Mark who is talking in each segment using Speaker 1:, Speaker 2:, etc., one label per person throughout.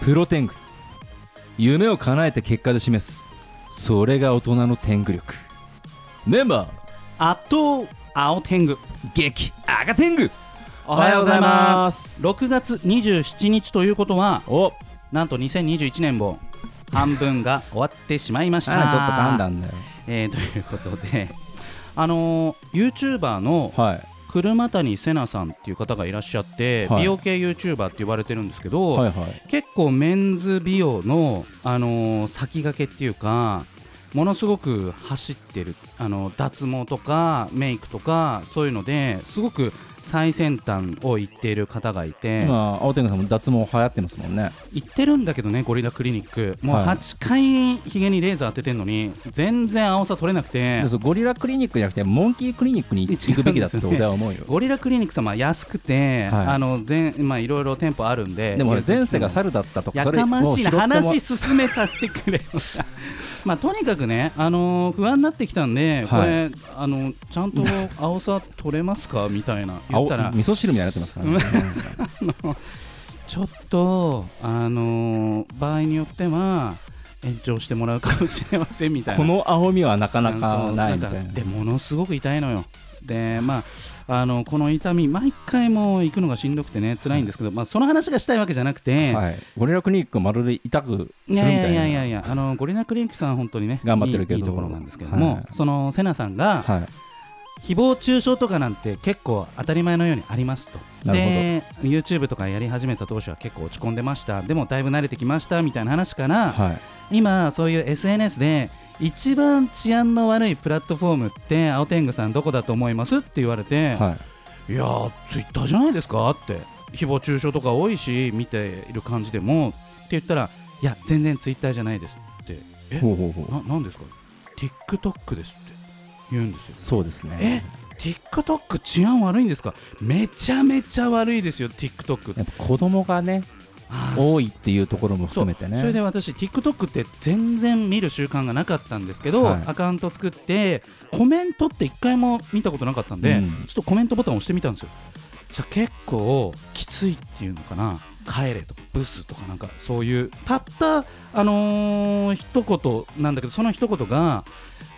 Speaker 1: プロテング夢を叶えて結果で示すそれが大人の天狗力メンバー
Speaker 2: あと青天狗
Speaker 1: 激赤天狗
Speaker 2: お
Speaker 1: はようございます
Speaker 2: 6月27日ということは
Speaker 1: お
Speaker 2: なんと2021年も半分が終わってしまいまし
Speaker 1: あ
Speaker 2: た
Speaker 1: ーちょっと噛んだんだよ
Speaker 2: えーということであのー、YouTuber の
Speaker 1: はい
Speaker 2: 車谷せなさんっていう方がいらっしゃって、
Speaker 1: はい
Speaker 2: 美容系 YouTuber って言われてるんですけど、
Speaker 1: はいはい
Speaker 2: 結構メンズ美容の、あのー先駆けっていうかものすごく走ってるあの脱毛とかメイクとかそういうのですごく最先端を行っている方がいて
Speaker 1: 今青天狗さんも脱毛流行ってますもんね
Speaker 2: 行ってるんだけどねゴリラクリニックもう
Speaker 1: はい
Speaker 2: 8回ひげにレーザー当ててんのに全然青さ取れなくて
Speaker 1: でそうゴリラクリニックじゃなくてモンキークリニックに行くべきだって俺は思う よ
Speaker 2: ゴリラクリニック様安くて、
Speaker 1: はい
Speaker 2: あの全まあいろいろ店舗あるんで
Speaker 1: でも俺前世が
Speaker 2: さ
Speaker 1: 猿だったとか
Speaker 2: や
Speaker 1: それ
Speaker 2: かま
Speaker 1: を拾
Speaker 2: しい
Speaker 1: っ
Speaker 2: な
Speaker 1: ても
Speaker 2: 話進めさせてくれよ まあとにかくね、あのー不安になってきたんで、
Speaker 1: はい
Speaker 2: これあのちゃんと青さ取れますかみた いな言
Speaker 1: 青
Speaker 2: ったら
Speaker 1: 味噌汁みたいになってますからね
Speaker 2: ちょっとあのー場合によっては延長してもらうかもしれませんみたいな
Speaker 1: この青みはなかな
Speaker 2: う
Speaker 1: か
Speaker 2: ん
Speaker 1: ないみ
Speaker 2: そ
Speaker 1: た
Speaker 2: う
Speaker 1: いな
Speaker 2: んかでものすごく痛いのよでまああのこの痛み毎回もう行くのがしんどくてね辛いんですけど、まあその話がしたいわけじゃなくて、
Speaker 1: はい、ゴリラクリニックまるで痛くするみ
Speaker 2: いや
Speaker 1: たい
Speaker 2: い
Speaker 1: な
Speaker 2: やいやいやいやあのゴリラクリニックさん本当にね
Speaker 1: 頑張ってるけど
Speaker 2: いいいいところなんですけども、
Speaker 1: はい
Speaker 2: そのセナさんが、
Speaker 1: はい、
Speaker 2: 誹謗中傷とかなんて結構当たり前のようにありますと
Speaker 1: なるほど
Speaker 2: で YouTube とかやり始めた当初は結構落ち込んでましたでもだいぶ慣れてきましたみたいな話から、
Speaker 1: はい、
Speaker 2: 今そういう SNS で一番治安の悪いプラットフォームって青天狗さんどこだと思いますって言われて、
Speaker 1: はい
Speaker 2: い、やーツイッターじゃないですかって誹謗中傷とか多いし見ている感じでもって言ったらいや全然ツイッターじゃないですってえ
Speaker 1: ほうほうほう
Speaker 2: ななんですか TikTok ですって言うんですよ
Speaker 1: そうですね
Speaker 2: え TikTok 治安悪いんですかめちゃめちゃ悪いですよ TikTok って
Speaker 1: やっぱ子供がね
Speaker 2: あー
Speaker 1: 多いっていうところも
Speaker 2: そ
Speaker 1: 含
Speaker 2: う
Speaker 1: めてね
Speaker 2: それで私 TikTok って全然見る習慣がなかったんですけど、
Speaker 1: はい
Speaker 2: アカウント作ってコメントって一回も見たことなかったんで、
Speaker 1: うん
Speaker 2: ちょっとコメントボタン押してみたんですよじゃあ結構きついっていうのかな帰れとかブスとかなんかそういうたったあのー一言なんだけどその一言が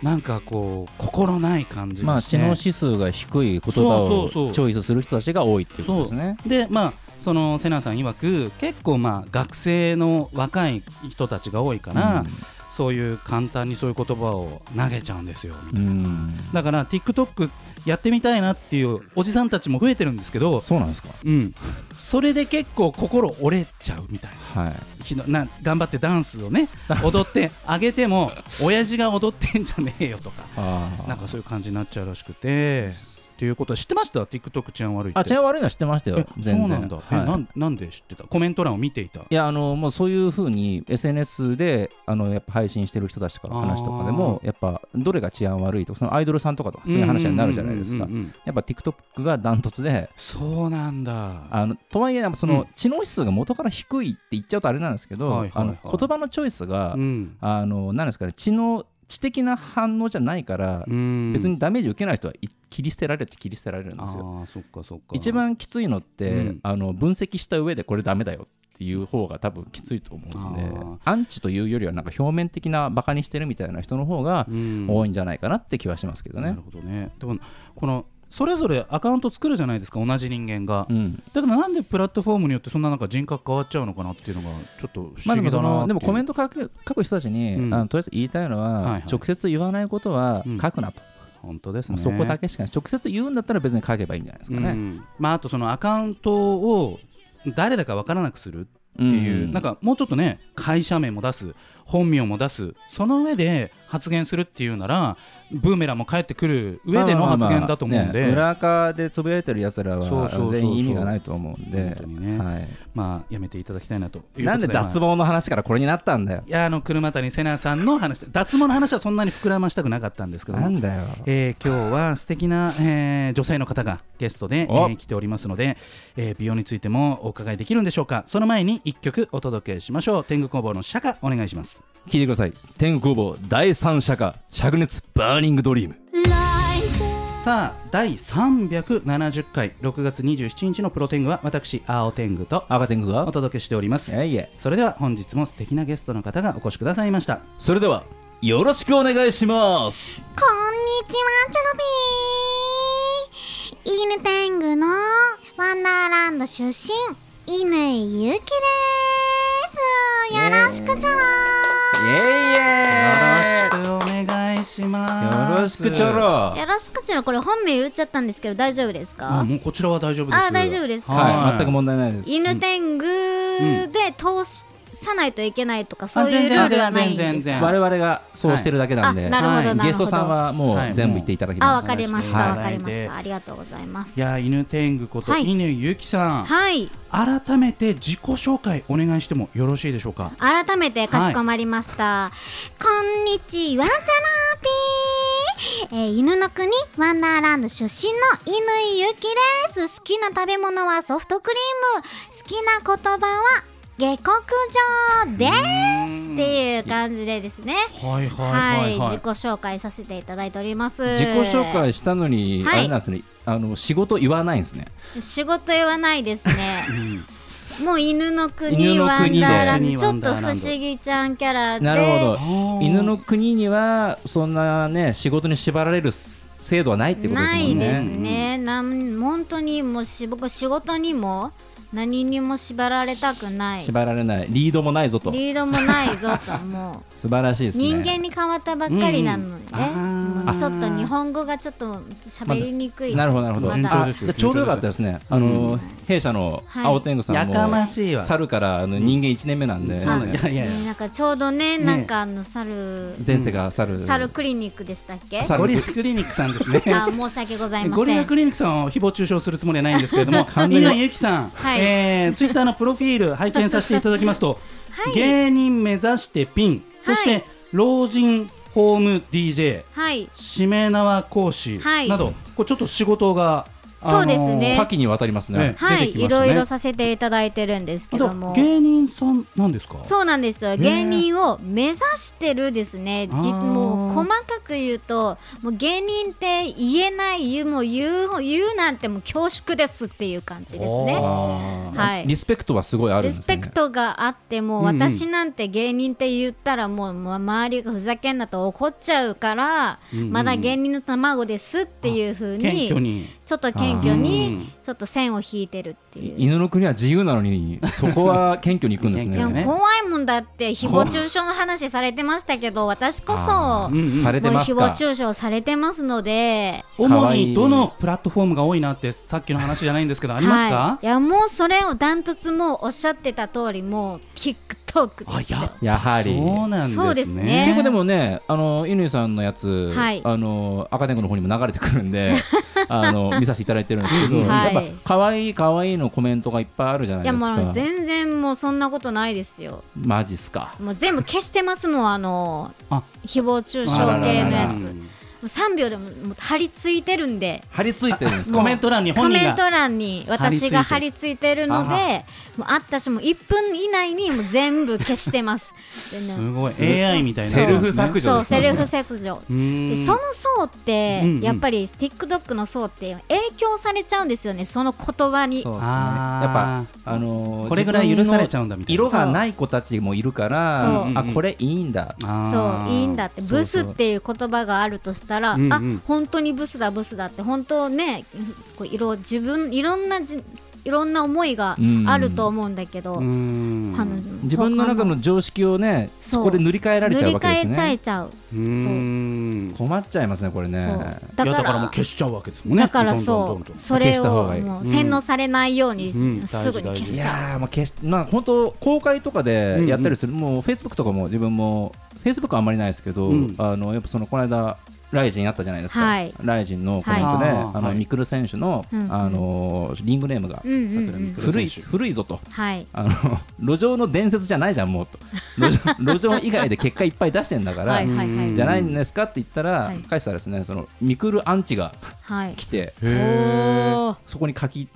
Speaker 2: なんかこう心ない感じ
Speaker 1: ま
Speaker 2: が
Speaker 1: あ
Speaker 2: して、
Speaker 1: 知能指数が低い言
Speaker 2: そう
Speaker 1: 葉
Speaker 2: そうそ
Speaker 1: を
Speaker 2: う
Speaker 1: チョイスする人たちが多いっていうことですね
Speaker 2: でまあそのセナさん曰く結構まあ学生の若い人たちが多いから、そういう簡単にそういう言葉を投げちゃうんですよみ
Speaker 1: う
Speaker 2: たい
Speaker 1: ん
Speaker 2: な、
Speaker 1: うん
Speaker 2: だから TikTok やってみたいなっていうおじさんたちも増えてるんですけど、
Speaker 1: そうなんですか
Speaker 2: うん、それで結構心折れちゃうみたいな
Speaker 1: はい
Speaker 2: ひどな頑張ってダンスをね踊ってあげても親父が踊ってんじゃねえよとか
Speaker 1: あー
Speaker 2: なんかそういう感じになっちゃうらしくてっていうことは知ってました TikTok 治安悪いって
Speaker 1: あ治安悪いのは知ってましたよ
Speaker 2: え
Speaker 1: 全
Speaker 2: そ
Speaker 1: 然
Speaker 2: うなんだ、
Speaker 1: はい
Speaker 2: えなんなんで知ってたコメント欄を見ていた
Speaker 1: いやあのもうそういうふうに SNS であのやっぱ配信してる人たちから話とかでもやっぱどれが治安悪いとかそのアイドルさんとかとかそういう話になるじゃないですか
Speaker 2: うんうんうんうん
Speaker 1: やっぱ TikTok がダントツで
Speaker 2: そうなんだ
Speaker 1: あのとはいえなんかそうの
Speaker 2: ん
Speaker 1: 知能指数が元から低いって言っちゃうとあれなんですけど、
Speaker 2: はいはいはい
Speaker 1: あの言葉のチョイスが、
Speaker 2: うん
Speaker 1: あのなんですかね知能知的な反応じゃないから、
Speaker 2: うん
Speaker 1: 別にダメージ受けない人はい切り捨てられるって切り捨てられるんですよ。
Speaker 2: ああそっかそっか
Speaker 1: 一番きついのって、
Speaker 2: うん
Speaker 1: あの分析した上でこれダメだよっていう方が多分きついと思うん
Speaker 2: あ
Speaker 1: で
Speaker 2: ー
Speaker 1: アンチというよりはなんか表面的なバカにしてるみたいな人の方が
Speaker 2: うん
Speaker 1: 多いんじゃないかなって気はしますけど
Speaker 2: な
Speaker 1: ね
Speaker 2: る。ほどねでもこのそれぞれアカウント作るじゃないですか同じ人間が、
Speaker 1: うん
Speaker 2: だからなんでプラットフォームによってそんななんか人格変わっちゃうのかなっていうのがちょっと不
Speaker 1: まあ、で
Speaker 2: 思議
Speaker 1: も
Speaker 2: だ
Speaker 1: そ
Speaker 2: な
Speaker 1: のでもコメント書く書く人たちに、
Speaker 2: うん
Speaker 1: あのとりあえず言いたいのは、
Speaker 2: はいはい
Speaker 1: 直接言わないことは
Speaker 2: うん
Speaker 1: 書くなと、
Speaker 2: 本当です
Speaker 1: もう
Speaker 2: ね
Speaker 1: そこだけしかない直接言うんだったら別に書けばいいんじゃないですか
Speaker 2: う
Speaker 1: ね。
Speaker 2: んまああとそのアカウントを誰だかわからなくする
Speaker 1: っ
Speaker 2: っていう、なん
Speaker 1: か
Speaker 2: かもうちょっとね会社名も出す本名も出すその上で発言するっていうならブーメランも返ってくる上での発言だと思うんで、
Speaker 1: ね、裏垢でつぶやいてるやつら
Speaker 2: そうそうそうそ
Speaker 1: は
Speaker 2: う
Speaker 1: 全員意味がないと思うんで
Speaker 2: 本当にね
Speaker 1: はい
Speaker 2: まあやめていただきたいなということ
Speaker 1: なんで脱毛の話からこれになったんだよ
Speaker 2: いやあの車谷瀬名さんの話脱毛の話はそんなに膨らましたくなかったんですけど
Speaker 1: な
Speaker 2: も、
Speaker 1: んだよ
Speaker 2: えー今日は素敵な、えー女性の方がゲストで、え
Speaker 1: お
Speaker 2: ー来ておりますので、えー美容についてもお伺いできるんでしょうかその前に1曲お届けしましょう天狗工房の釈迦お願いします
Speaker 1: 聞いてください天狗工房第三社歌灼熱バーニングドリーム
Speaker 2: さあ第370回6月27日のプロテングは私青天狗と
Speaker 1: 赤天狗
Speaker 2: お
Speaker 1: が
Speaker 2: 届けしております
Speaker 1: えいえ
Speaker 2: それでは本日も素敵なゲストの方がお越しくださいました
Speaker 1: それではよろしくお願いします
Speaker 3: こんにちは、チョロビー。犬天狗のワンダーランド出身、犬ゆきです。よろしく、チョロ
Speaker 1: イエ
Speaker 2: よろしくお願いします
Speaker 1: よろしくちょろ
Speaker 3: よろしく、チョロ。これ本名言っちゃったんですけど、大丈夫です
Speaker 2: あ
Speaker 3: か
Speaker 2: もうこちらは大丈夫です
Speaker 3: あ大丈夫ですか
Speaker 1: はい全く
Speaker 2: も
Speaker 1: 問題ないです
Speaker 3: 犬天狗で通さないといけないとか、そういう
Speaker 2: 全
Speaker 3: ル
Speaker 2: 然
Speaker 3: ールはないん
Speaker 2: 全然
Speaker 3: で
Speaker 2: 全
Speaker 3: すか
Speaker 2: 然
Speaker 1: 我々がそうしてるだけなん
Speaker 3: あ
Speaker 1: で
Speaker 3: なるほど、
Speaker 2: はい
Speaker 3: なるほど。
Speaker 1: ゲストさんはも
Speaker 2: はいう
Speaker 1: 全部言っていただき
Speaker 3: あ、
Speaker 1: ま
Speaker 3: わ
Speaker 1: す
Speaker 3: かりました、
Speaker 2: はい
Speaker 3: わかりました。ありがとうございます
Speaker 2: い。や犬天狗こと、
Speaker 3: はい
Speaker 2: 犬ゆきさん、
Speaker 3: はい。
Speaker 2: 改めて自己紹介お願いしてもよろしいでしょうか
Speaker 3: 改めてかしこまりました、こんにちはチャラーピー、えー犬の国ワンダーランド出身の犬井ゆきです好きな食べ物はソフトクリーム好きな言葉は下克上ですっていう感じでですね
Speaker 2: はいは
Speaker 3: はい、
Speaker 2: いはいはい
Speaker 3: 自己紹介させていただいております
Speaker 1: 自己紹介したのに、
Speaker 3: はい
Speaker 1: あれなんですねあの仕事言わないんですね
Speaker 3: 仕事はないですね
Speaker 2: うん
Speaker 3: もう犬の国
Speaker 1: 犬の
Speaker 3: ワン
Speaker 1: 国で
Speaker 3: ダーランド
Speaker 2: 犬
Speaker 3: ち
Speaker 2: ワ
Speaker 3: ょ
Speaker 2: ン
Speaker 3: っと
Speaker 2: ダー
Speaker 3: 不
Speaker 2: ランド
Speaker 3: 思議ちゃんキャラで
Speaker 1: なるほ
Speaker 2: あ
Speaker 1: ど
Speaker 2: ー
Speaker 1: 犬の国にはそんなね仕事に縛られる制度はないってことです
Speaker 3: な
Speaker 1: も
Speaker 3: い
Speaker 1: ん
Speaker 3: です
Speaker 1: ね
Speaker 3: ね、なん本当にもうし僕仕事にも何にも縛られたくない
Speaker 1: 縛られないリードもないぞと
Speaker 3: リードもないぞとも
Speaker 1: 素晴らしいで
Speaker 3: う
Speaker 1: すね
Speaker 3: 人間に変わったばっかりなので、ね
Speaker 2: うんうんあー
Speaker 3: もうちょっと日本語がちょっと喋りにくい、
Speaker 1: なるほどなるほど
Speaker 3: まだ
Speaker 2: 順調ですよ
Speaker 1: あちょうどよかったですねあの弊社の青天狗さん
Speaker 2: やかま
Speaker 1: も
Speaker 2: しいわ
Speaker 1: 猿からあの人間1年目なんで
Speaker 2: そうなんだいやいやいや
Speaker 3: なんかちょうどね
Speaker 2: ね
Speaker 3: なんかあの猿、
Speaker 1: 前世が猿
Speaker 3: 猿クリニックでしたっけ
Speaker 1: 猿
Speaker 2: ゴリラクリニックさんですね
Speaker 3: あ申し訳ございま
Speaker 2: ゴリ
Speaker 3: せ
Speaker 2: ラ
Speaker 3: ん
Speaker 2: クリニックさんを誹謗中傷するつもりはないんですけれど も
Speaker 1: 完全に
Speaker 2: 犬ゆきさん、
Speaker 3: はい
Speaker 2: えーツイッターのプロフィール拝見させていただきますと、芸人目指してピンそして、
Speaker 3: はい
Speaker 2: 老人ホーム DJ
Speaker 3: はい
Speaker 2: しめ縄講師
Speaker 3: はい
Speaker 2: など、これちょっと仕事が、あのー
Speaker 3: そうですね
Speaker 1: 多岐にわたりますね
Speaker 2: ね
Speaker 3: は
Speaker 2: 出て
Speaker 3: い、
Speaker 2: きま
Speaker 3: い
Speaker 2: した
Speaker 3: ろ
Speaker 2: ね
Speaker 3: いろさせていただいてるんです
Speaker 2: あ
Speaker 3: けど
Speaker 2: と
Speaker 3: も
Speaker 2: 芸人さんなんですか
Speaker 3: そうなんですよ
Speaker 2: ー
Speaker 3: 芸人を目指してるですね、じ
Speaker 2: あー
Speaker 3: もう細かく言うともう芸人って言えない言うもう言う言うなんてもう恐縮ですっていう感じですね。
Speaker 1: あー
Speaker 3: はい
Speaker 1: リスペクトはすごいあるん
Speaker 3: リ
Speaker 1: です
Speaker 3: ス
Speaker 1: ね
Speaker 3: ペクトがあっても、
Speaker 2: うんうん
Speaker 3: 私なんて芸人って言ったらもうもう周りがふざけんなと怒っちゃうから、
Speaker 2: うんうん
Speaker 3: まだ芸人の卵ですっていうふう
Speaker 2: 謙
Speaker 3: に
Speaker 2: 虚に
Speaker 3: ちょっと謙虚
Speaker 2: う
Speaker 3: に
Speaker 2: ん
Speaker 3: ちょっと線を引いてるっていう。
Speaker 1: 犬の国は自由なのにそこは謙虚に行くんです
Speaker 3: い
Speaker 1: ね
Speaker 3: や
Speaker 2: 謙虚ね
Speaker 3: 怖いもんだって誹謗中傷の話されてましたけど私こ
Speaker 1: あ
Speaker 3: そ
Speaker 1: ー
Speaker 2: うんうん
Speaker 1: されてます
Speaker 3: もう誹謗
Speaker 1: か
Speaker 3: 中傷されてますので
Speaker 2: 主にどのプラットフォームが多いなってさっきの話じゃないんですけどあります
Speaker 3: は
Speaker 2: か
Speaker 3: い、いやもうそれをダントツもうおっしゃってた通りもう TikTok です
Speaker 2: あや
Speaker 3: よ
Speaker 2: っ
Speaker 1: やはり
Speaker 2: そうなんですね
Speaker 3: そうですね
Speaker 1: 結構でもね、あの乾さんのやつ、
Speaker 3: はい
Speaker 1: あの赤猫の方にも流れてくるん で、あの見させていただいてるんですけど、
Speaker 3: はい
Speaker 1: やっぱ可愛い可愛いのコメントがいっぱいあるじゃない
Speaker 3: い
Speaker 1: で
Speaker 3: や
Speaker 1: すか。
Speaker 3: もう全然もうそんなことないですよ
Speaker 1: マジっすか。
Speaker 3: もう全部消してますもんあの
Speaker 2: あ
Speaker 3: 誹謗中傷系の
Speaker 2: あ
Speaker 3: やつ
Speaker 2: らららら
Speaker 3: もう3秒でももう貼り付いてるんで
Speaker 1: 張り付いてるんですか。
Speaker 2: コメント欄に
Speaker 3: コ
Speaker 2: 本人
Speaker 3: メン
Speaker 2: が
Speaker 3: ト欄に私が
Speaker 2: 貼
Speaker 3: 貼
Speaker 2: り
Speaker 3: り付いてるの
Speaker 2: あ
Speaker 3: でもうあったしもう1分以内にもう全部消してます でね
Speaker 2: すごい
Speaker 3: そう
Speaker 2: AI みたいな
Speaker 1: セルフ削
Speaker 3: そ
Speaker 1: 除
Speaker 3: う
Speaker 1: ですね
Speaker 3: セルフ削除
Speaker 2: うー
Speaker 3: で
Speaker 2: ん
Speaker 3: その層って、
Speaker 2: うんうん
Speaker 3: やっぱり TikTok の層って影響されちゃうんですよねその言葉に
Speaker 1: そうですね。やっ
Speaker 2: あ
Speaker 1: ぱ
Speaker 2: ー
Speaker 1: あの
Speaker 2: これぐらい許されちゃうんだみたいな
Speaker 1: 色がない子たちもいるから
Speaker 2: う
Speaker 3: そ、
Speaker 1: あこれいいんだ。
Speaker 2: あ
Speaker 3: そう
Speaker 2: ー
Speaker 3: いいんだって
Speaker 1: そうそう
Speaker 3: ブスっていう言葉があるとしたら、
Speaker 2: うんうん
Speaker 3: あ本当にブスだブスだって本当ねこう色自分いろんなじいろんな思いがあると思うんだけど、
Speaker 2: うーん
Speaker 3: あの
Speaker 1: 自分の中の常識をね、
Speaker 3: そ
Speaker 1: そ
Speaker 3: う
Speaker 1: こで塗り替えられちゃうわけです
Speaker 3: 塗り替えちゃえ
Speaker 1: ね。
Speaker 3: ちゃう、
Speaker 2: うーん
Speaker 1: 困っちゃいますねこれ
Speaker 3: そう
Speaker 1: ね。
Speaker 3: だ
Speaker 2: いや
Speaker 3: か
Speaker 2: だからもう
Speaker 3: ら
Speaker 2: 消しちゃうわけですもんね
Speaker 3: だから
Speaker 2: どん
Speaker 3: そ
Speaker 2: どんどんどん
Speaker 3: うそれ
Speaker 1: 消した方
Speaker 3: を
Speaker 1: がいい
Speaker 3: もう洗脳されないように
Speaker 2: うん
Speaker 3: すぐに消
Speaker 1: い
Speaker 3: しちゃう、
Speaker 1: やーもう決しまあ本当公開とかでやったりする、もうフェイスブックとかも自分もフェイスブックはあんまりないですけど、
Speaker 2: うん
Speaker 1: あのやっぱそのこの間ライジンあったじゃないですか、
Speaker 3: はい
Speaker 1: ライジンのコメントで、
Speaker 2: はい
Speaker 1: あの
Speaker 2: はい
Speaker 1: ミクル選手の、
Speaker 3: うんうん
Speaker 1: あのリングネームが、
Speaker 3: うんうんうん
Speaker 2: 桜
Speaker 1: 古い
Speaker 2: 選手
Speaker 1: 古いぞと
Speaker 3: はい
Speaker 1: あの路上の伝説じゃないじゃんもうと路上路上以外で結果いっぱい出してんだから、
Speaker 3: はいはいは
Speaker 2: う
Speaker 3: い
Speaker 1: じゃないんですかって言ったら、
Speaker 3: はい
Speaker 1: 返したらですねそのミクルアンチが
Speaker 3: はい
Speaker 1: 来て
Speaker 2: へー
Speaker 3: おー
Speaker 1: そこに書き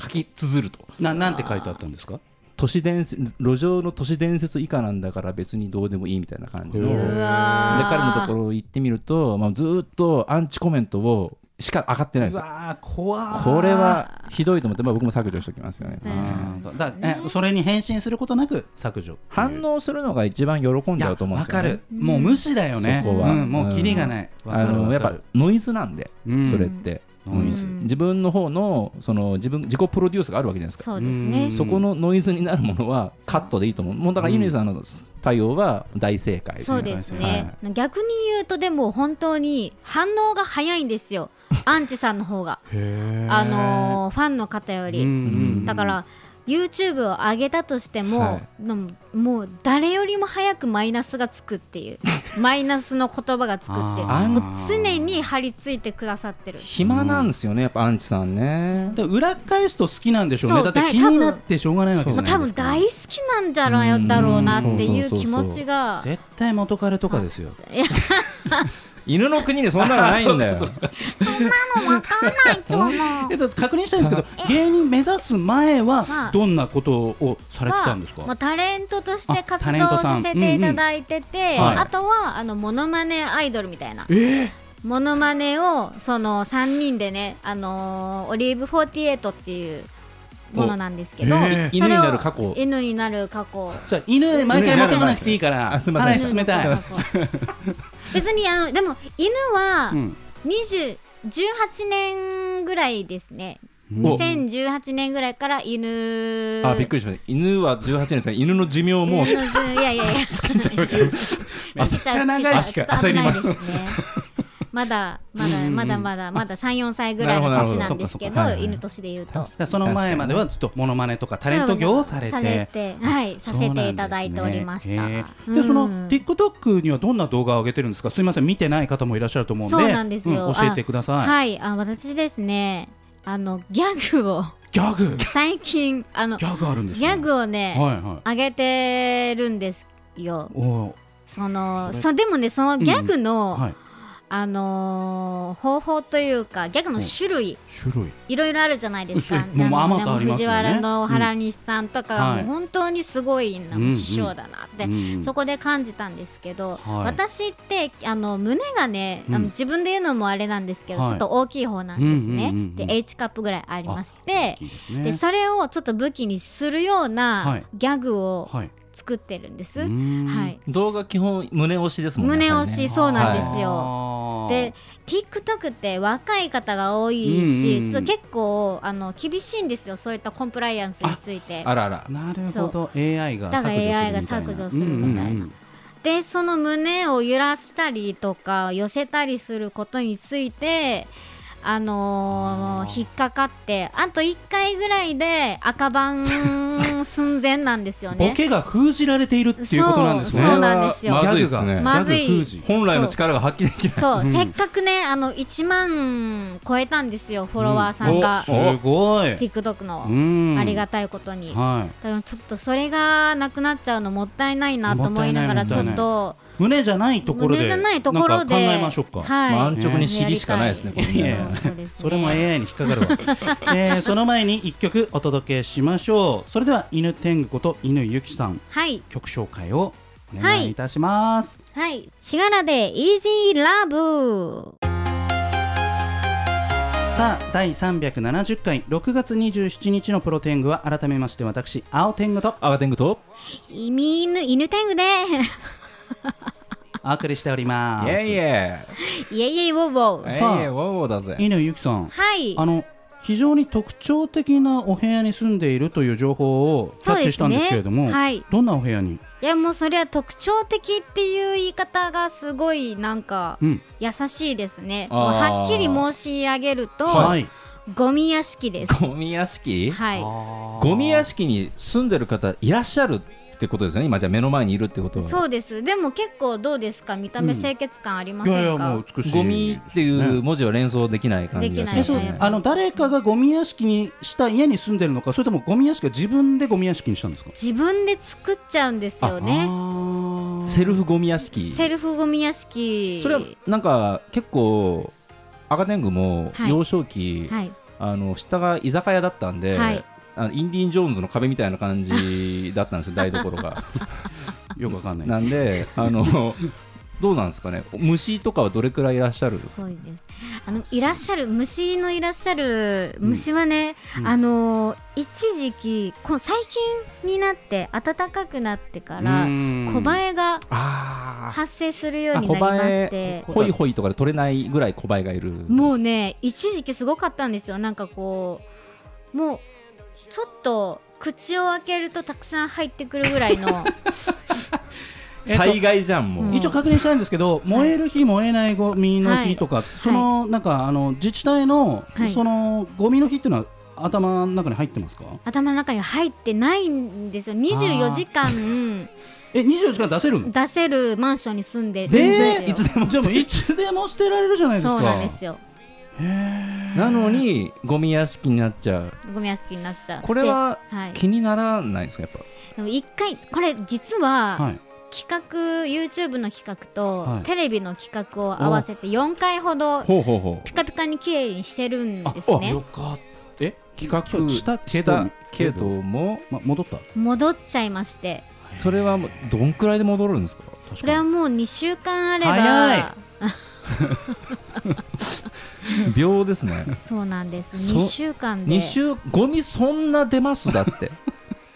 Speaker 1: 書き綴ると。
Speaker 2: ななんて書いてあったんですか
Speaker 1: 都市伝説路上の都市伝説以下なんだから別にどうでもいいみたいな感じ
Speaker 2: へ
Speaker 1: の
Speaker 2: ー
Speaker 1: で
Speaker 3: うわー
Speaker 1: 彼のところ行ってみると、まあ、ずーっとアンチコメントをしか上がってないん
Speaker 2: う
Speaker 1: ですよ
Speaker 2: わー怖ー
Speaker 1: これはひどいと思って、まあ、僕も削除しておきますよね
Speaker 3: そううです
Speaker 2: んだからえそれに返信することなく削除
Speaker 1: 反応するのが一番喜ん
Speaker 2: い
Speaker 1: じゃ
Speaker 2: や
Speaker 1: うと思うん
Speaker 2: わ
Speaker 1: ですよ、
Speaker 2: か
Speaker 1: ね、
Speaker 2: るもう無視だよね
Speaker 1: そこは
Speaker 2: うんもうキリがないわか
Speaker 1: あ
Speaker 2: る
Speaker 1: のや
Speaker 2: わ
Speaker 1: っ
Speaker 2: か
Speaker 1: ぱ
Speaker 2: る
Speaker 1: ノイズなんで、
Speaker 2: うん
Speaker 1: それって、
Speaker 2: ノイズ
Speaker 3: うん
Speaker 1: 自分の方のその自分自己プロデュースがあるわけじゃないですか
Speaker 3: そうですね
Speaker 2: うん
Speaker 1: そこのノイズになるものはカットでいいと思うもうだから乾さんの対応は大正解
Speaker 3: そうですね、逆に言うとでも本当に反応が早いんですよアンチさんの方が
Speaker 2: へー
Speaker 3: あのーファンの方より、
Speaker 2: うん
Speaker 1: ん
Speaker 3: だから、YouTube を上げたとしても、
Speaker 1: は
Speaker 3: でももう誰よりも早くマイナスがつくっていうマイナスの言葉がつくっていう
Speaker 2: あー
Speaker 3: もう常に張り付いてくださってる
Speaker 1: 暇なんですよねやっぱアンチさんね
Speaker 2: で裏返すと好きなんでしょうね
Speaker 3: そ
Speaker 2: だ
Speaker 3: う
Speaker 2: って気になってしょうがないわけじ
Speaker 3: も
Speaker 2: ゃ
Speaker 3: う
Speaker 2: ない
Speaker 3: 多
Speaker 2: です
Speaker 3: 分
Speaker 2: か
Speaker 3: 大好きなんじゃろうだろうなっていう
Speaker 1: うん
Speaker 3: 気持ちが
Speaker 2: 絶対元彼とかですよ
Speaker 1: 犬の国でそんなのないんだよ
Speaker 3: そんなのわかんないと思う
Speaker 2: えだって確認したいんですけど芸人目指す前は
Speaker 3: はい
Speaker 2: どんなことをされてたんです
Speaker 3: はも
Speaker 2: か
Speaker 3: うタレントとし
Speaker 2: あ
Speaker 3: て活
Speaker 2: タレン
Speaker 3: 動
Speaker 2: トさん
Speaker 3: させていただいてて、
Speaker 2: うんうんはい
Speaker 3: あとはあのモノマネアイドルみたいな
Speaker 2: えー
Speaker 3: モノマネをその3人でね、あのーオリーブ48っていうものなんですけど、
Speaker 2: おへ
Speaker 1: ー
Speaker 3: それ
Speaker 1: 犬に
Speaker 3: を
Speaker 1: なる過去
Speaker 3: 犬になる過去
Speaker 2: じゃあ犬毎回持ってこなくていいから
Speaker 1: あすいません
Speaker 2: 話進めたい
Speaker 3: 過去 別にあのでも犬は
Speaker 2: うん
Speaker 3: 20 18年ぐらいですね
Speaker 1: お
Speaker 3: 2018年ぐらいから犬
Speaker 1: あびっくりしました犬は18年ですね犬の寿命をもう
Speaker 3: 犬の順いやいやいや
Speaker 1: つけちゃう から
Speaker 2: めっちゃ長い
Speaker 3: ちょっと危ないですね。まだまだまだまだまだ三四歳ぐらいの年なんですけど
Speaker 1: なるほどなるほどそっかそっかはいはい
Speaker 3: 犬年で言うと
Speaker 2: だからその前まではずっとモノマネとかタレント業をされ
Speaker 3: さ
Speaker 2: て
Speaker 3: れてはいさせていただいておりまし
Speaker 2: そう
Speaker 3: た
Speaker 2: なんですねえー
Speaker 3: うん
Speaker 2: でその TikTok にはどんな動画を上げてるんですかすみません見てない方もいらっしゃると思うんで
Speaker 3: そうなんですよ
Speaker 2: うん教えてください
Speaker 3: はいあ私ですねあのギャグを
Speaker 2: ギャグギ
Speaker 3: 最近あのギ
Speaker 2: ャグあるんですね
Speaker 3: ャグをね
Speaker 2: はいはい
Speaker 3: 上げてるんですよ
Speaker 2: おー
Speaker 3: その
Speaker 2: それ
Speaker 3: そうでもねそのギャグ
Speaker 2: は
Speaker 3: の
Speaker 2: い
Speaker 3: あのー方法というかギャグの種類
Speaker 2: 種類
Speaker 3: いろいろあるじゃないですか。
Speaker 2: 嘘もう
Speaker 3: あの
Speaker 2: あまたありますよね
Speaker 3: 藤原の原西さんとか
Speaker 2: うん
Speaker 3: が
Speaker 2: はい
Speaker 3: もう本当にすごいな、
Speaker 2: うんうん
Speaker 3: 師匠だなって、
Speaker 2: うん
Speaker 3: そこで感じたんですけ
Speaker 2: は
Speaker 3: ど、
Speaker 2: い
Speaker 3: 私ってあの胸がね、
Speaker 2: うん
Speaker 3: あの自分で言うのもあれなんですけど、
Speaker 2: はい
Speaker 3: ちょっと大きい方なんです
Speaker 2: う
Speaker 3: ね。
Speaker 2: んうんうんうん
Speaker 3: で H カップぐらいありまし
Speaker 2: 大
Speaker 3: て
Speaker 2: きいです
Speaker 3: で
Speaker 2: ね
Speaker 3: それをちょっと武器にするよう
Speaker 2: は
Speaker 3: ないギャグを
Speaker 2: はい
Speaker 3: 作ってるんです。
Speaker 2: う
Speaker 3: は
Speaker 2: ーん
Speaker 3: い、
Speaker 1: 動画基本胸押しですもんね
Speaker 3: 胸押しそうなんですよ。
Speaker 2: あー
Speaker 3: で TikTok って若い方が多いし、
Speaker 2: うんうんうん
Speaker 3: ちょっと結構あの厳しいんですよそういったコンプライアンスについて
Speaker 1: あらあら
Speaker 2: なるほど AI が
Speaker 3: だから AI が
Speaker 2: 削除
Speaker 3: 削除
Speaker 2: す
Speaker 3: す
Speaker 2: る
Speaker 3: る
Speaker 2: み
Speaker 3: み
Speaker 2: た
Speaker 3: た
Speaker 2: い
Speaker 3: い
Speaker 2: な
Speaker 3: なでその胸を揺らしたりとか寄せたりすることについてあのー
Speaker 2: あー
Speaker 3: 引っかかってあと1回ぐらいで赤番寸前なんですよ
Speaker 2: ボ
Speaker 3: ね
Speaker 2: ケが封じられているっていうことなんですね
Speaker 3: そうなんですよ
Speaker 1: これはまずいで
Speaker 2: ギ
Speaker 1: す
Speaker 2: ャ
Speaker 1: ね
Speaker 2: グが
Speaker 3: まず
Speaker 2: ギ
Speaker 3: い
Speaker 2: ャグ封じ
Speaker 1: 本来の力が発揮できない
Speaker 3: そう、
Speaker 2: うん
Speaker 3: せっかくねあの1万超えたんですよフォロワーさんが、
Speaker 2: おすごい
Speaker 3: TikTok の、
Speaker 2: うん
Speaker 3: ありがたいことに。
Speaker 2: はい
Speaker 3: だからちょっとそれがなくなっちゃうのもったいないなと思いながら
Speaker 2: もっ
Speaker 3: ち
Speaker 2: た
Speaker 3: ょ
Speaker 2: いない
Speaker 3: っと
Speaker 2: 胸じゃないところで
Speaker 3: 胸じゃないところ
Speaker 2: なんか考
Speaker 3: で
Speaker 2: えましょうか、
Speaker 3: はい、
Speaker 1: まあ安直に尻しかないですね
Speaker 3: やりた
Speaker 2: これね
Speaker 3: そうそうです
Speaker 2: そ
Speaker 3: ね
Speaker 2: れも AI に引っかかる わ、えーその前に一曲お届けしましょうそれでは犬天狗こと犬ゆきさん
Speaker 3: はい
Speaker 2: 曲紹介をお願いいたします、
Speaker 3: はいしがらで Easy Love
Speaker 2: さあ第370回6月27日のプロ天狗は改めまして私青天狗と
Speaker 1: アガテングと
Speaker 3: イミ犬犬天狗で
Speaker 2: お送りしております
Speaker 1: イエイエ
Speaker 3: イエイエイウォウウ
Speaker 1: イ
Speaker 3: ォウ
Speaker 1: イエイ
Speaker 2: さあ
Speaker 1: エイウォーウォーだぜ
Speaker 2: 犬ゆきさん
Speaker 3: はい
Speaker 2: あの非常に特徴的なお部屋に住んでいるという情報をキャッチしたんですけれども、
Speaker 3: そうですねはい
Speaker 2: どんなお部屋に、
Speaker 3: いやもうそれは特徴的っていう言い方がすごいなんか
Speaker 2: うん
Speaker 3: 優しいですね、
Speaker 1: あー
Speaker 3: はっきり申し上げると、
Speaker 2: はい、
Speaker 3: ゴミ屋敷です
Speaker 1: ゴミ屋敷
Speaker 3: はい
Speaker 1: ゴミ屋
Speaker 2: 敷
Speaker 1: 敷に住んでる方いらっしゃるってことですよね今じゃあ目の前にいるってことは
Speaker 3: そうですでも結構どうですか見た目
Speaker 2: うん
Speaker 3: 清潔感ありま
Speaker 2: い
Speaker 3: せん
Speaker 2: や
Speaker 3: か、
Speaker 2: いやもう美しい
Speaker 1: ゴミっていう
Speaker 2: ね
Speaker 1: 文字は連想できない感じがし
Speaker 2: え
Speaker 1: ま
Speaker 3: です
Speaker 2: そう
Speaker 3: きない
Speaker 1: ね
Speaker 3: です
Speaker 2: あの誰かがゴミ屋敷にした家に住んでるのかそれともゴミ屋敷が自分でゴミ屋敷にしたんですか
Speaker 3: 自分で作っちゃうんですよね
Speaker 2: あ
Speaker 1: セルフゴミ屋敷
Speaker 3: セルフゴミ屋敷
Speaker 1: それはなんか結構赤天狗も
Speaker 3: はい
Speaker 1: 幼少期、
Speaker 3: はい
Speaker 1: あの下が居酒屋だったんで、
Speaker 3: はい
Speaker 1: あのインディ・ンジョーンズの壁みたいな感 じだったんですよ台所が
Speaker 2: ーよくわかんないで
Speaker 1: な
Speaker 2: す
Speaker 1: んであのどうなんですかね虫とかはどれくらいいらっしゃるんですすか
Speaker 3: ごいです。あのいらっしゃる虫のいらっしゃる
Speaker 1: うん
Speaker 3: 虫はね、
Speaker 2: うん
Speaker 3: あの一時期こう最近になって暖かくなってから
Speaker 2: 小
Speaker 3: 小映えが
Speaker 1: あ
Speaker 3: 発生するようになりまして
Speaker 1: あ。ホイホイとかで取れないぐらいコバエがいる
Speaker 3: もうね一時期すごかったんですよなんかこうもうちょっと口を開けるとたくさん入ってくるぐらいの
Speaker 2: えっと
Speaker 1: 災害じゃんもう、
Speaker 3: うん
Speaker 2: 一応確認したいんですけど、燃える日、燃えないゴミの日とか、そのなんかあの自治体の、
Speaker 3: はい
Speaker 2: そのゴミの日っていうのは頭の中に入ってますか？
Speaker 3: 頭の中に入ってないんですよ24時間
Speaker 2: え、24時間出せるの？
Speaker 3: 出せるマンションに住んでるん
Speaker 2: 全
Speaker 3: ですよ、
Speaker 2: でもでもいつでも捨てられるじゃないですか。
Speaker 3: そうなんですよ
Speaker 2: へー
Speaker 1: なのにゴミ屋敷になっちゃう
Speaker 3: ゴミ屋敷になっちゃって
Speaker 1: これは
Speaker 3: はい、
Speaker 1: 気にならないですかやっぱ
Speaker 3: でも一回これ実は
Speaker 2: はい。
Speaker 3: 企画、YouTube の企画と、
Speaker 2: はい
Speaker 3: テレビの企画を合わせて4回ほど
Speaker 1: ほうほうほう
Speaker 3: ピカピカに綺麗にしてるんですね
Speaker 2: かった。え、
Speaker 1: 企画
Speaker 2: 今日した
Speaker 1: したけども
Speaker 2: ま戻った。
Speaker 3: 戻っちゃいまして
Speaker 1: それはもうどんくらいで戻るんですか
Speaker 2: 確
Speaker 3: これ
Speaker 2: か
Speaker 3: は
Speaker 2: に。
Speaker 3: もう2週間あれ
Speaker 2: 早い
Speaker 3: ば
Speaker 1: 秒ですね
Speaker 3: そうなんです
Speaker 1: そう
Speaker 3: 2週間で
Speaker 1: 二週ゴミそんな出ますだって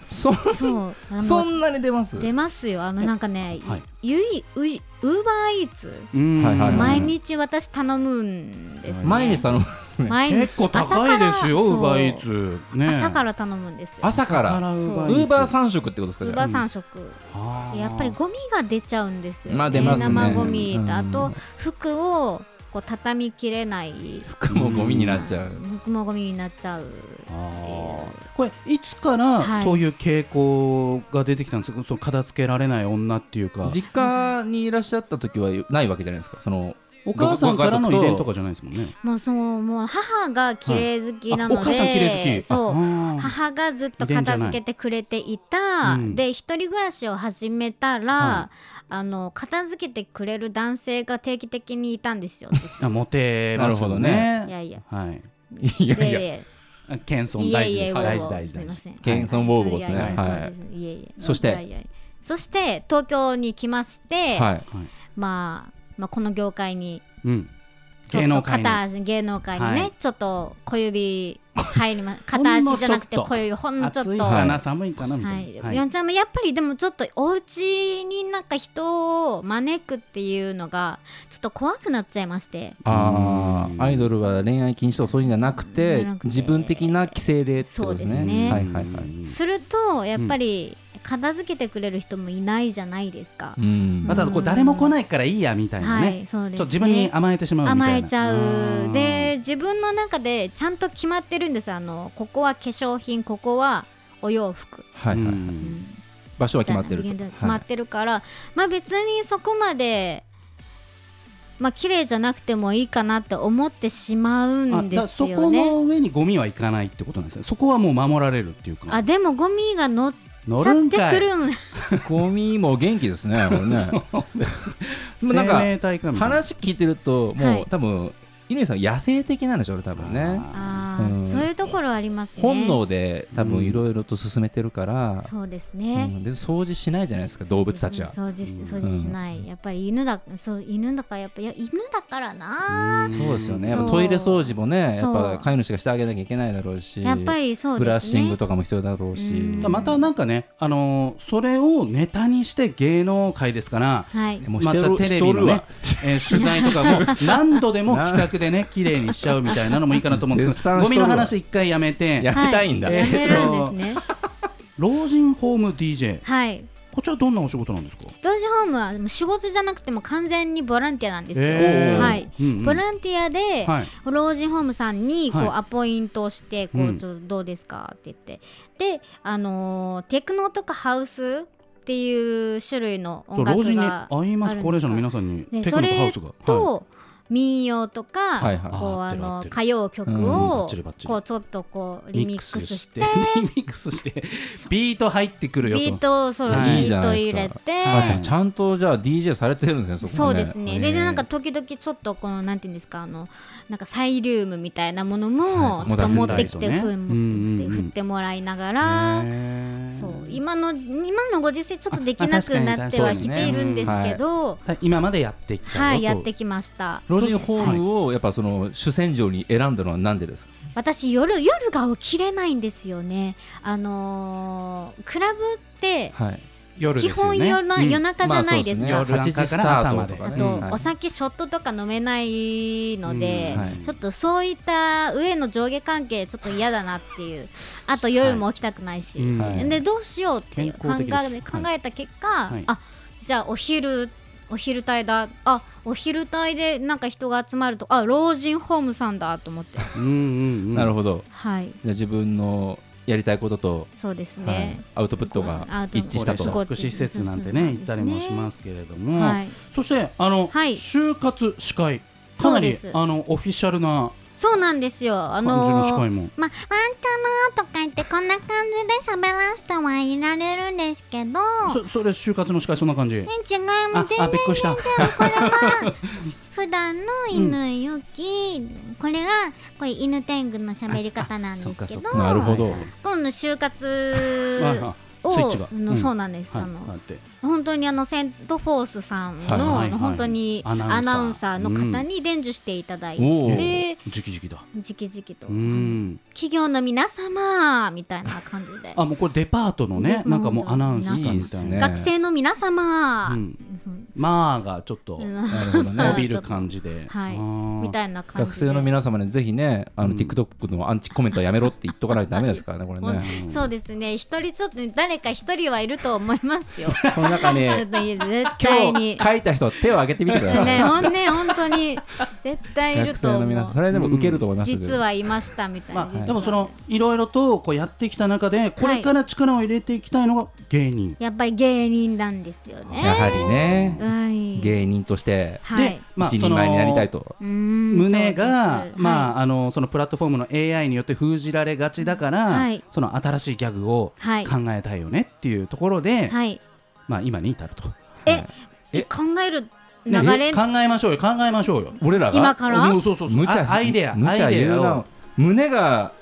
Speaker 1: そ
Speaker 3: そうあの
Speaker 1: そんなに出ます
Speaker 3: 出ますよあのなんかね
Speaker 2: はい
Speaker 3: ゆいウイウーバーイーツ
Speaker 2: うん
Speaker 1: はいはいはい
Speaker 3: 毎日私頼むんですね
Speaker 1: 毎日頼む
Speaker 3: 毎日
Speaker 2: 結構高いですよ、ウー
Speaker 3: 朝
Speaker 2: バ
Speaker 3: から
Speaker 2: ーイーツ。ね。。
Speaker 3: 朝からら頼むんですよ
Speaker 1: 朝から
Speaker 2: ウー
Speaker 1: ウ
Speaker 2: バ
Speaker 1: ーバー
Speaker 2: ん。
Speaker 1: 三食ってことですか
Speaker 3: ウ
Speaker 1: じ
Speaker 3: ー
Speaker 1: ゃ
Speaker 3: バ
Speaker 1: あ
Speaker 3: ー3食
Speaker 2: あー
Speaker 3: やっぱりゴミが出ちゃうんですよ、
Speaker 1: まあ出ますね
Speaker 3: 生ゴミ
Speaker 1: うん
Speaker 3: とあと服をこう畳みきれない
Speaker 1: 服もゴミになっちゃう
Speaker 3: 服もゴミになっちゃう
Speaker 2: あーこれいつから
Speaker 3: はい
Speaker 2: そういう傾向が出てきたんですか、その片付けられない女っていうか
Speaker 1: 実家にいらっしゃった時はないわけじゃないですかその
Speaker 2: お母さんから
Speaker 1: ご
Speaker 2: の遺
Speaker 1: ご家
Speaker 2: 伝
Speaker 1: 族
Speaker 2: とかじゃないですもんね
Speaker 3: もうそうもう母が綺麗好きな
Speaker 2: あ
Speaker 3: の
Speaker 2: お
Speaker 3: で、
Speaker 2: 母さん綺麗好き
Speaker 3: そう
Speaker 2: ああ
Speaker 3: 母がずっと片付けてくれて
Speaker 2: 遺
Speaker 3: いた
Speaker 2: 伝じゃないうん
Speaker 3: で一人暮らしを始めたら、
Speaker 2: は
Speaker 3: あの片付けてくれる男性が定期的にいたんで すよい
Speaker 2: あモテますよね
Speaker 3: なるほどねいやいや
Speaker 2: はい
Speaker 1: いやいや
Speaker 3: え
Speaker 2: あ謙遜
Speaker 3: いえ
Speaker 2: 大
Speaker 3: い
Speaker 2: 事
Speaker 3: え
Speaker 2: です
Speaker 3: ウ
Speaker 2: 大事大事
Speaker 3: ォーウォーすい
Speaker 2: 大
Speaker 3: ま
Speaker 2: 事
Speaker 3: せん
Speaker 1: 謙遜ウォーウォーですね
Speaker 3: はい
Speaker 1: はい
Speaker 3: そうですいえいえ
Speaker 1: そして
Speaker 3: いやいやいやそして東京に来まして、
Speaker 1: はい
Speaker 3: まあ、まあこの業界に
Speaker 2: うん
Speaker 3: ちょ
Speaker 2: 芸
Speaker 3: っ
Speaker 2: 能
Speaker 3: と
Speaker 2: 界の
Speaker 3: 片足芸能界にね、
Speaker 2: はい
Speaker 3: ちょっと小指入りま
Speaker 2: ほんの
Speaker 3: 片足じゃなくて
Speaker 2: ちょっと
Speaker 3: 小指ほんのちょっと
Speaker 2: 暑いか
Speaker 1: は
Speaker 2: な寒いかなみた
Speaker 3: はいい、
Speaker 2: なはい
Speaker 3: ヨンちゃんもやっぱりでもちょっとお家になんか人を招くっていうのがちょっと怖くなっちゃいまして
Speaker 1: あ
Speaker 2: うん
Speaker 1: あアイドルは恋愛禁止とかそういうんじゃなくて
Speaker 3: じゃなくて
Speaker 1: 自分的な規制でってことです
Speaker 3: そうです
Speaker 1: ね
Speaker 3: ね
Speaker 1: はいはいはい
Speaker 3: するとやっぱり片付けてくれる人もいないじゃないですか、
Speaker 1: うん
Speaker 2: またこう誰も来ないからいいやみたいな
Speaker 3: は
Speaker 2: ね
Speaker 3: いそう
Speaker 2: ちょっと
Speaker 3: ですね
Speaker 2: 自分に甘えてしまうみたいな
Speaker 3: 甘えちゃ
Speaker 2: あー
Speaker 3: うで自分の中でちゃんと決まってるんですあのここは化粧品ここはお洋服、
Speaker 1: はいうはい
Speaker 2: ん
Speaker 1: 場所は
Speaker 3: みた
Speaker 1: 決ま
Speaker 3: い
Speaker 1: っ
Speaker 3: な
Speaker 1: てると
Speaker 3: 決ま
Speaker 1: は
Speaker 3: ってるから、まあ別にそこまでまあ綺麗じゃなくてもいいかなって思ってしまう
Speaker 2: あ
Speaker 3: ん
Speaker 2: だか
Speaker 3: で
Speaker 2: ら
Speaker 3: す
Speaker 2: そ
Speaker 3: よ
Speaker 2: こ
Speaker 3: ね
Speaker 2: の上にゴミはいかないってことなんですねそこはもう守られるっていうか
Speaker 3: あでもゴミが乗っち
Speaker 2: 乗
Speaker 3: ゃ
Speaker 2: るん
Speaker 3: っ
Speaker 2: か
Speaker 3: て
Speaker 2: い
Speaker 3: くるん
Speaker 1: いゴミも元気ですねこれ ねでもなん
Speaker 2: 生
Speaker 1: か
Speaker 2: 命体かみたいな
Speaker 1: 話聞いてると
Speaker 3: は
Speaker 1: もう
Speaker 3: い
Speaker 1: 多分乾さん野生的なんでしょうね多分ねう
Speaker 3: あー、
Speaker 1: ん
Speaker 3: そういうところありますね
Speaker 1: 本能で多分いろいろと進めてるから
Speaker 3: そうです
Speaker 1: う
Speaker 3: ね、
Speaker 1: ん別に掃除しないじゃないですか動物たちは
Speaker 3: 掃除し掃除しない、やっぱり犬だそう犬だからやっぱいや犬だからな、
Speaker 2: ん
Speaker 1: そうですよねや
Speaker 3: そ
Speaker 1: っ
Speaker 3: う
Speaker 1: ぱトイレ掃除もねや
Speaker 3: そ
Speaker 1: っ
Speaker 3: う
Speaker 1: ぱ飼い主がしてあげなきゃいけないだろうし
Speaker 3: やっぱりそうですね
Speaker 1: ブラッシングとかも必要だろうし
Speaker 3: うん
Speaker 2: またなんかね、あのーそれをネタにして芸能界ですから、
Speaker 3: はい
Speaker 1: もうし
Speaker 2: ま
Speaker 1: て
Speaker 2: た
Speaker 1: る
Speaker 2: テレビのね、えー取材とか も何度でも企画でね、綺麗にしちゃうみたいなのもいいかなと思うんです
Speaker 1: 絶
Speaker 2: けど、
Speaker 1: 賛しと
Speaker 2: ゴミ
Speaker 1: るわ
Speaker 2: の話一回やめて、
Speaker 1: やめたいんだ
Speaker 3: はやめるんで すね
Speaker 2: 老人ホーム DJ、
Speaker 3: はい
Speaker 2: こちらどんなお仕事なんですか
Speaker 3: 老人ホームはもう仕事じゃなくても完全にボランティアなんですよ、
Speaker 1: えー
Speaker 3: はい、
Speaker 2: うんうん
Speaker 3: ボランティアで、
Speaker 2: はい
Speaker 3: 老人ホームさんにこう、
Speaker 2: はい
Speaker 3: アポイントをしてこ
Speaker 2: う
Speaker 3: うんちょっとどうですかって言って、で、あのーテクノとかハウスっていう種類の
Speaker 2: そ
Speaker 3: 音
Speaker 2: う老
Speaker 3: 楽
Speaker 2: 人に
Speaker 3: が
Speaker 2: 会います、
Speaker 3: あるんですか
Speaker 2: 高齢者の皆さんに、
Speaker 3: で
Speaker 2: テ
Speaker 3: そ
Speaker 2: クノとハウ
Speaker 3: れ
Speaker 2: スが。はい
Speaker 3: と、民謡とか、
Speaker 1: はいはい
Speaker 3: こう
Speaker 2: あ合っ
Speaker 3: あ
Speaker 2: てる合っ
Speaker 3: の
Speaker 2: てる
Speaker 3: 歌謡曲
Speaker 1: うん
Speaker 2: バッ
Speaker 3: を
Speaker 2: チリバッチリ
Speaker 3: こうちょっとこうリミックスして
Speaker 2: リミックスしてビート入ってくるよと
Speaker 3: ビートをそうビ
Speaker 1: あいいじゃ
Speaker 3: ー
Speaker 1: な
Speaker 3: ト
Speaker 1: いで
Speaker 3: 入れ
Speaker 1: すか
Speaker 3: て。
Speaker 2: はい
Speaker 1: あじゃあちゃんとじゃあ DJ されてるんですねそ
Speaker 3: そ
Speaker 1: こ
Speaker 3: う
Speaker 1: ね
Speaker 3: ですね。で、
Speaker 2: ね
Speaker 3: なんか時々ちょっとこのなんていうんですかあのなんかサイリウムみたいなものも
Speaker 1: はい
Speaker 3: ちょっと持ってきて、
Speaker 2: モダン
Speaker 3: ふ
Speaker 2: ライト
Speaker 3: ん
Speaker 2: ねうんう
Speaker 3: 持ってき
Speaker 2: ん
Speaker 3: て
Speaker 2: うん
Speaker 3: 振ってもらいながら、
Speaker 2: ら
Speaker 3: そう今の今のご時世ちょっとできなくなって
Speaker 1: あ
Speaker 3: は
Speaker 1: 確
Speaker 3: き
Speaker 1: かに
Speaker 3: ているんですけど、
Speaker 2: 今までやってきた
Speaker 3: はい、
Speaker 2: よと
Speaker 3: やってきました。
Speaker 1: 老人ホームをやっぱその主戦場に選んだのはなんでですか
Speaker 3: 私夜夜が起きれないんですよね。あのークラブって
Speaker 1: はい
Speaker 2: 夜で
Speaker 3: 基
Speaker 2: すよ
Speaker 3: 本
Speaker 2: ね
Speaker 3: 夜な、
Speaker 2: うん
Speaker 3: 夜中じゃないですか。
Speaker 2: まあそうですね夜
Speaker 1: 8時スタートとか
Speaker 3: あ
Speaker 1: ね
Speaker 3: と、
Speaker 1: はい
Speaker 3: お酒ショットとか飲めないので、
Speaker 1: うんはい
Speaker 3: ちょっとそういった上の上下関係ちょっと嫌だなっていうあと夜も起きたくないし、
Speaker 2: うん
Speaker 1: はい
Speaker 3: でどうしようっていう考
Speaker 2: 健康的です
Speaker 3: え考
Speaker 2: はい
Speaker 3: えた結果、
Speaker 2: はい
Speaker 3: あじゃあお昼お昼帯だあお昼帯でなんか人が集まるとあ老人ホームさんだと思って
Speaker 2: うんうん
Speaker 1: なる
Speaker 2: ほ
Speaker 1: ほど
Speaker 3: はい
Speaker 1: じゃあ自分のやりたいことと
Speaker 3: そうです
Speaker 1: は
Speaker 3: ね
Speaker 1: い、アウトプットが一致した
Speaker 3: ど
Speaker 1: と
Speaker 2: 福祉施設なんてね行ったりもしますけれども、
Speaker 3: はい
Speaker 2: そしてあの、
Speaker 3: はい
Speaker 2: 就活司会かなり
Speaker 3: そうです
Speaker 2: あのオフィシャルな
Speaker 3: そうなんですよあ
Speaker 2: 感じの
Speaker 3: の
Speaker 2: 司
Speaker 3: ー
Speaker 2: 会も、
Speaker 3: まあ、ワンチャナとか言ってこんな感じで喋らせてはいられるんですけど、ね、
Speaker 2: そそれ就活の司会そんな感じ、
Speaker 3: 違いも
Speaker 2: あ
Speaker 3: 全然
Speaker 2: あびっくりした
Speaker 3: これは普段の犬ゆき、これがこれ犬天狗の喋り方なんですけ
Speaker 2: ああそっかそ
Speaker 3: ど
Speaker 2: っか
Speaker 1: なるほど
Speaker 3: 今度就
Speaker 2: はい
Speaker 3: 活
Speaker 2: はい
Speaker 3: を
Speaker 2: スイッチが、
Speaker 3: あのそうなんです、
Speaker 2: はい
Speaker 3: あの
Speaker 2: だって
Speaker 3: 本当にあのセントフォースさんの、
Speaker 1: はいはい
Speaker 2: はい
Speaker 3: あの本当に
Speaker 2: アナウンサー
Speaker 3: アナウンサーの方に伝授していただい
Speaker 1: おー
Speaker 3: て、
Speaker 2: じきじきだ
Speaker 3: 直々と、
Speaker 2: うん
Speaker 3: 企業の皆様みたいな感じで
Speaker 2: あもうこれデパートのね
Speaker 3: で
Speaker 2: なんかもうアナウンスみた
Speaker 1: いいで
Speaker 2: いな
Speaker 1: すね
Speaker 3: 学生の皆様、
Speaker 2: うん
Speaker 3: うん
Speaker 2: まあがちょっと
Speaker 3: うん
Speaker 2: 伸
Speaker 1: なるほどね
Speaker 3: まあ
Speaker 2: びる感じで、
Speaker 3: はい
Speaker 2: あー
Speaker 3: みたいな感じ
Speaker 1: 学
Speaker 3: で
Speaker 1: 生の皆様にぜひねあの
Speaker 2: うん
Speaker 1: TikTok のアンチコメントはやめろって言っとかないとダメですからねこ れね
Speaker 3: うんそうですね一人ちょっと誰か一人はいると思いますよ
Speaker 1: この中
Speaker 3: ちょっ
Speaker 1: ね
Speaker 3: と絶対
Speaker 1: 今
Speaker 3: に
Speaker 1: 日書いた人手を挙げてみてください
Speaker 3: ね本ね本当に絶対いる
Speaker 1: 学生
Speaker 3: と
Speaker 1: の
Speaker 3: 思
Speaker 1: 皆さんそうれでも受けると思いますんで
Speaker 3: 実はいましたみたいな、
Speaker 2: まあ、
Speaker 1: い
Speaker 2: でもそのいろいろとこうやってきた中でこれから力を入れていきたいのが芸人、
Speaker 3: やっぱり芸人なんですよね
Speaker 1: やはりね
Speaker 3: はい
Speaker 1: 芸人として
Speaker 3: は
Speaker 2: で
Speaker 3: い、
Speaker 2: まあ、
Speaker 1: 一
Speaker 2: そ
Speaker 1: 人
Speaker 2: の
Speaker 1: 前になりたいと
Speaker 3: うーん
Speaker 2: 胸が、
Speaker 3: そうです
Speaker 2: まあ
Speaker 3: は
Speaker 2: あのそのプラットフォームの AI によって封じられがちだから、
Speaker 3: はい
Speaker 2: その新しいギャグを
Speaker 3: はい
Speaker 2: 考えたいよねっていうところで、
Speaker 3: い、はい
Speaker 2: まあ、今に至ると、
Speaker 3: え
Speaker 1: え
Speaker 3: 考える流
Speaker 2: ね
Speaker 3: れ
Speaker 2: 考えましょうよ考えましょうよ
Speaker 1: 俺ら
Speaker 3: 今
Speaker 1: が
Speaker 3: から
Speaker 2: うんそうそうそう
Speaker 1: 無茶
Speaker 2: あアイデア
Speaker 1: 無茶
Speaker 2: アイデ
Speaker 1: 言う
Speaker 2: ア
Speaker 1: な
Speaker 2: を
Speaker 1: 胸が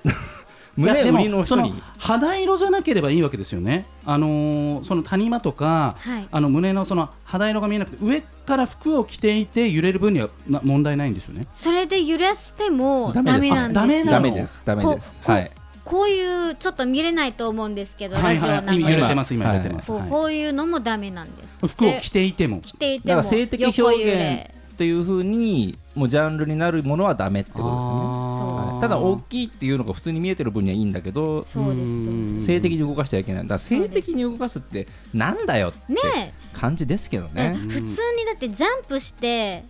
Speaker 1: 胸
Speaker 2: いやで
Speaker 1: 売
Speaker 2: も
Speaker 1: りの人
Speaker 2: その
Speaker 1: に
Speaker 2: 肌色じゃなければいいわけですよねあのーその谷間とか
Speaker 3: はい
Speaker 2: あの胸のその肌色が見えなくて上から服を着ていて揺れる分にはな問題ないんですよね。
Speaker 3: それで揺らしても
Speaker 1: ダ
Speaker 3: ダ
Speaker 1: メです
Speaker 3: メなんです
Speaker 2: あ
Speaker 3: よ
Speaker 2: ダメなの
Speaker 1: ダメですダメです
Speaker 3: こう
Speaker 1: はい
Speaker 3: こういうちょっと見れないと思うんですけど、
Speaker 2: はい
Speaker 3: ラジオ
Speaker 2: は
Speaker 3: ないの
Speaker 2: 今
Speaker 3: で
Speaker 2: 揺れて
Speaker 1: は
Speaker 2: ます今揺れてます。
Speaker 3: こう
Speaker 2: はい
Speaker 3: こういうのもダメなんですって
Speaker 2: 服を着ていても
Speaker 3: 着てい
Speaker 1: だ
Speaker 3: て
Speaker 1: か
Speaker 3: も
Speaker 1: ら性的表
Speaker 3: 横揺
Speaker 1: 現
Speaker 3: れ
Speaker 1: っていう風にもうジャンルになるものはダメってことですね
Speaker 2: あー
Speaker 1: はいただ大きいっていうのが普通に見えてる分にはいいんだけど
Speaker 3: そうです
Speaker 2: うん
Speaker 1: 性的に動かしてはいけないだから性的に動かすってなんだよって
Speaker 3: ね
Speaker 1: 感じですけど
Speaker 3: え
Speaker 1: ね、
Speaker 3: え普通にだってジャンプして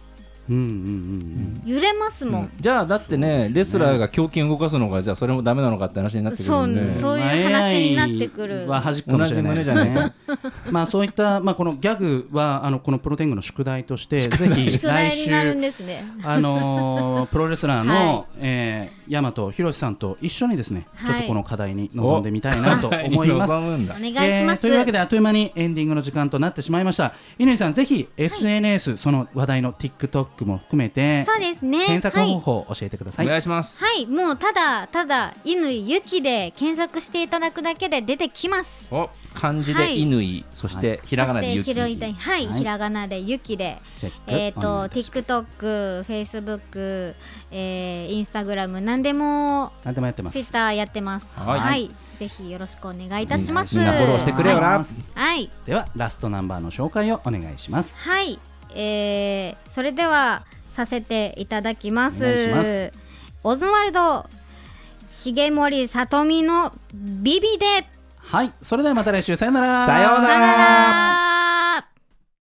Speaker 2: うんうん
Speaker 3: 揺れます
Speaker 1: う
Speaker 3: もん
Speaker 1: ん、じゃあだってねレスラーが胸筋動かすのがじゃあそれもダメなのかって話になってくるん
Speaker 2: うんう
Speaker 1: で
Speaker 2: ん。
Speaker 3: そそういう話になってくる
Speaker 2: AI は端っこか
Speaker 1: 同
Speaker 2: もし
Speaker 1: じ
Speaker 2: れな
Speaker 1: 胸
Speaker 2: いで
Speaker 1: じ
Speaker 2: す
Speaker 1: ゃ
Speaker 2: ね
Speaker 1: ね。
Speaker 2: まあそういったまあこのギャグはあのこのプロテングの宿題としてぜひ
Speaker 3: 宿題
Speaker 2: 来
Speaker 3: になるん
Speaker 2: 週
Speaker 3: ですね
Speaker 2: あ のープロレスラー
Speaker 3: は
Speaker 2: のえー大和ひろしさんと一緒にですね
Speaker 3: はい
Speaker 2: ちょっとこの課題に臨んでみたいなと思います。
Speaker 1: 望むんだ
Speaker 3: お願いし
Speaker 2: え
Speaker 3: ま
Speaker 2: ー
Speaker 3: す、
Speaker 2: というわけであっという間にエンディングの時間となってしまいました乾さんぜひ SNS、その話題の TikTok も含めて
Speaker 3: そうですね
Speaker 2: 検索
Speaker 3: はい
Speaker 2: 方法を教えてくださ
Speaker 1: お
Speaker 2: い、
Speaker 1: 願いします、
Speaker 3: はいもうただただ「乾ゆき」で検索していただくだけで出てきます
Speaker 1: お漢字
Speaker 3: は
Speaker 1: で
Speaker 3: い
Speaker 1: 乾、そしてひらがなで
Speaker 3: そ
Speaker 1: ゆ
Speaker 3: して
Speaker 1: き
Speaker 3: ひろいたいはい、
Speaker 2: はい
Speaker 3: ひらがなで「ゆき」で
Speaker 2: チェック
Speaker 3: えっ、
Speaker 2: お願
Speaker 3: と
Speaker 2: いいたします
Speaker 3: TikTok、Facebook、えー、Instagram 何でも
Speaker 2: 何でもやってます
Speaker 3: Twitter やってます。
Speaker 1: は
Speaker 3: はいい、ぜひよろしくお願いいたします。
Speaker 1: みんなフォローしてくれよ
Speaker 3: はい
Speaker 1: な、
Speaker 2: はい
Speaker 3: はい、
Speaker 2: ではラストナンバーの紹介をお願いします
Speaker 3: はいえー、それではさせていただきます。
Speaker 2: お願いします
Speaker 3: オズワルド重森さとみのビビで
Speaker 2: はいそれではまた来週さよなら
Speaker 1: さようなら
Speaker 3: さよなら。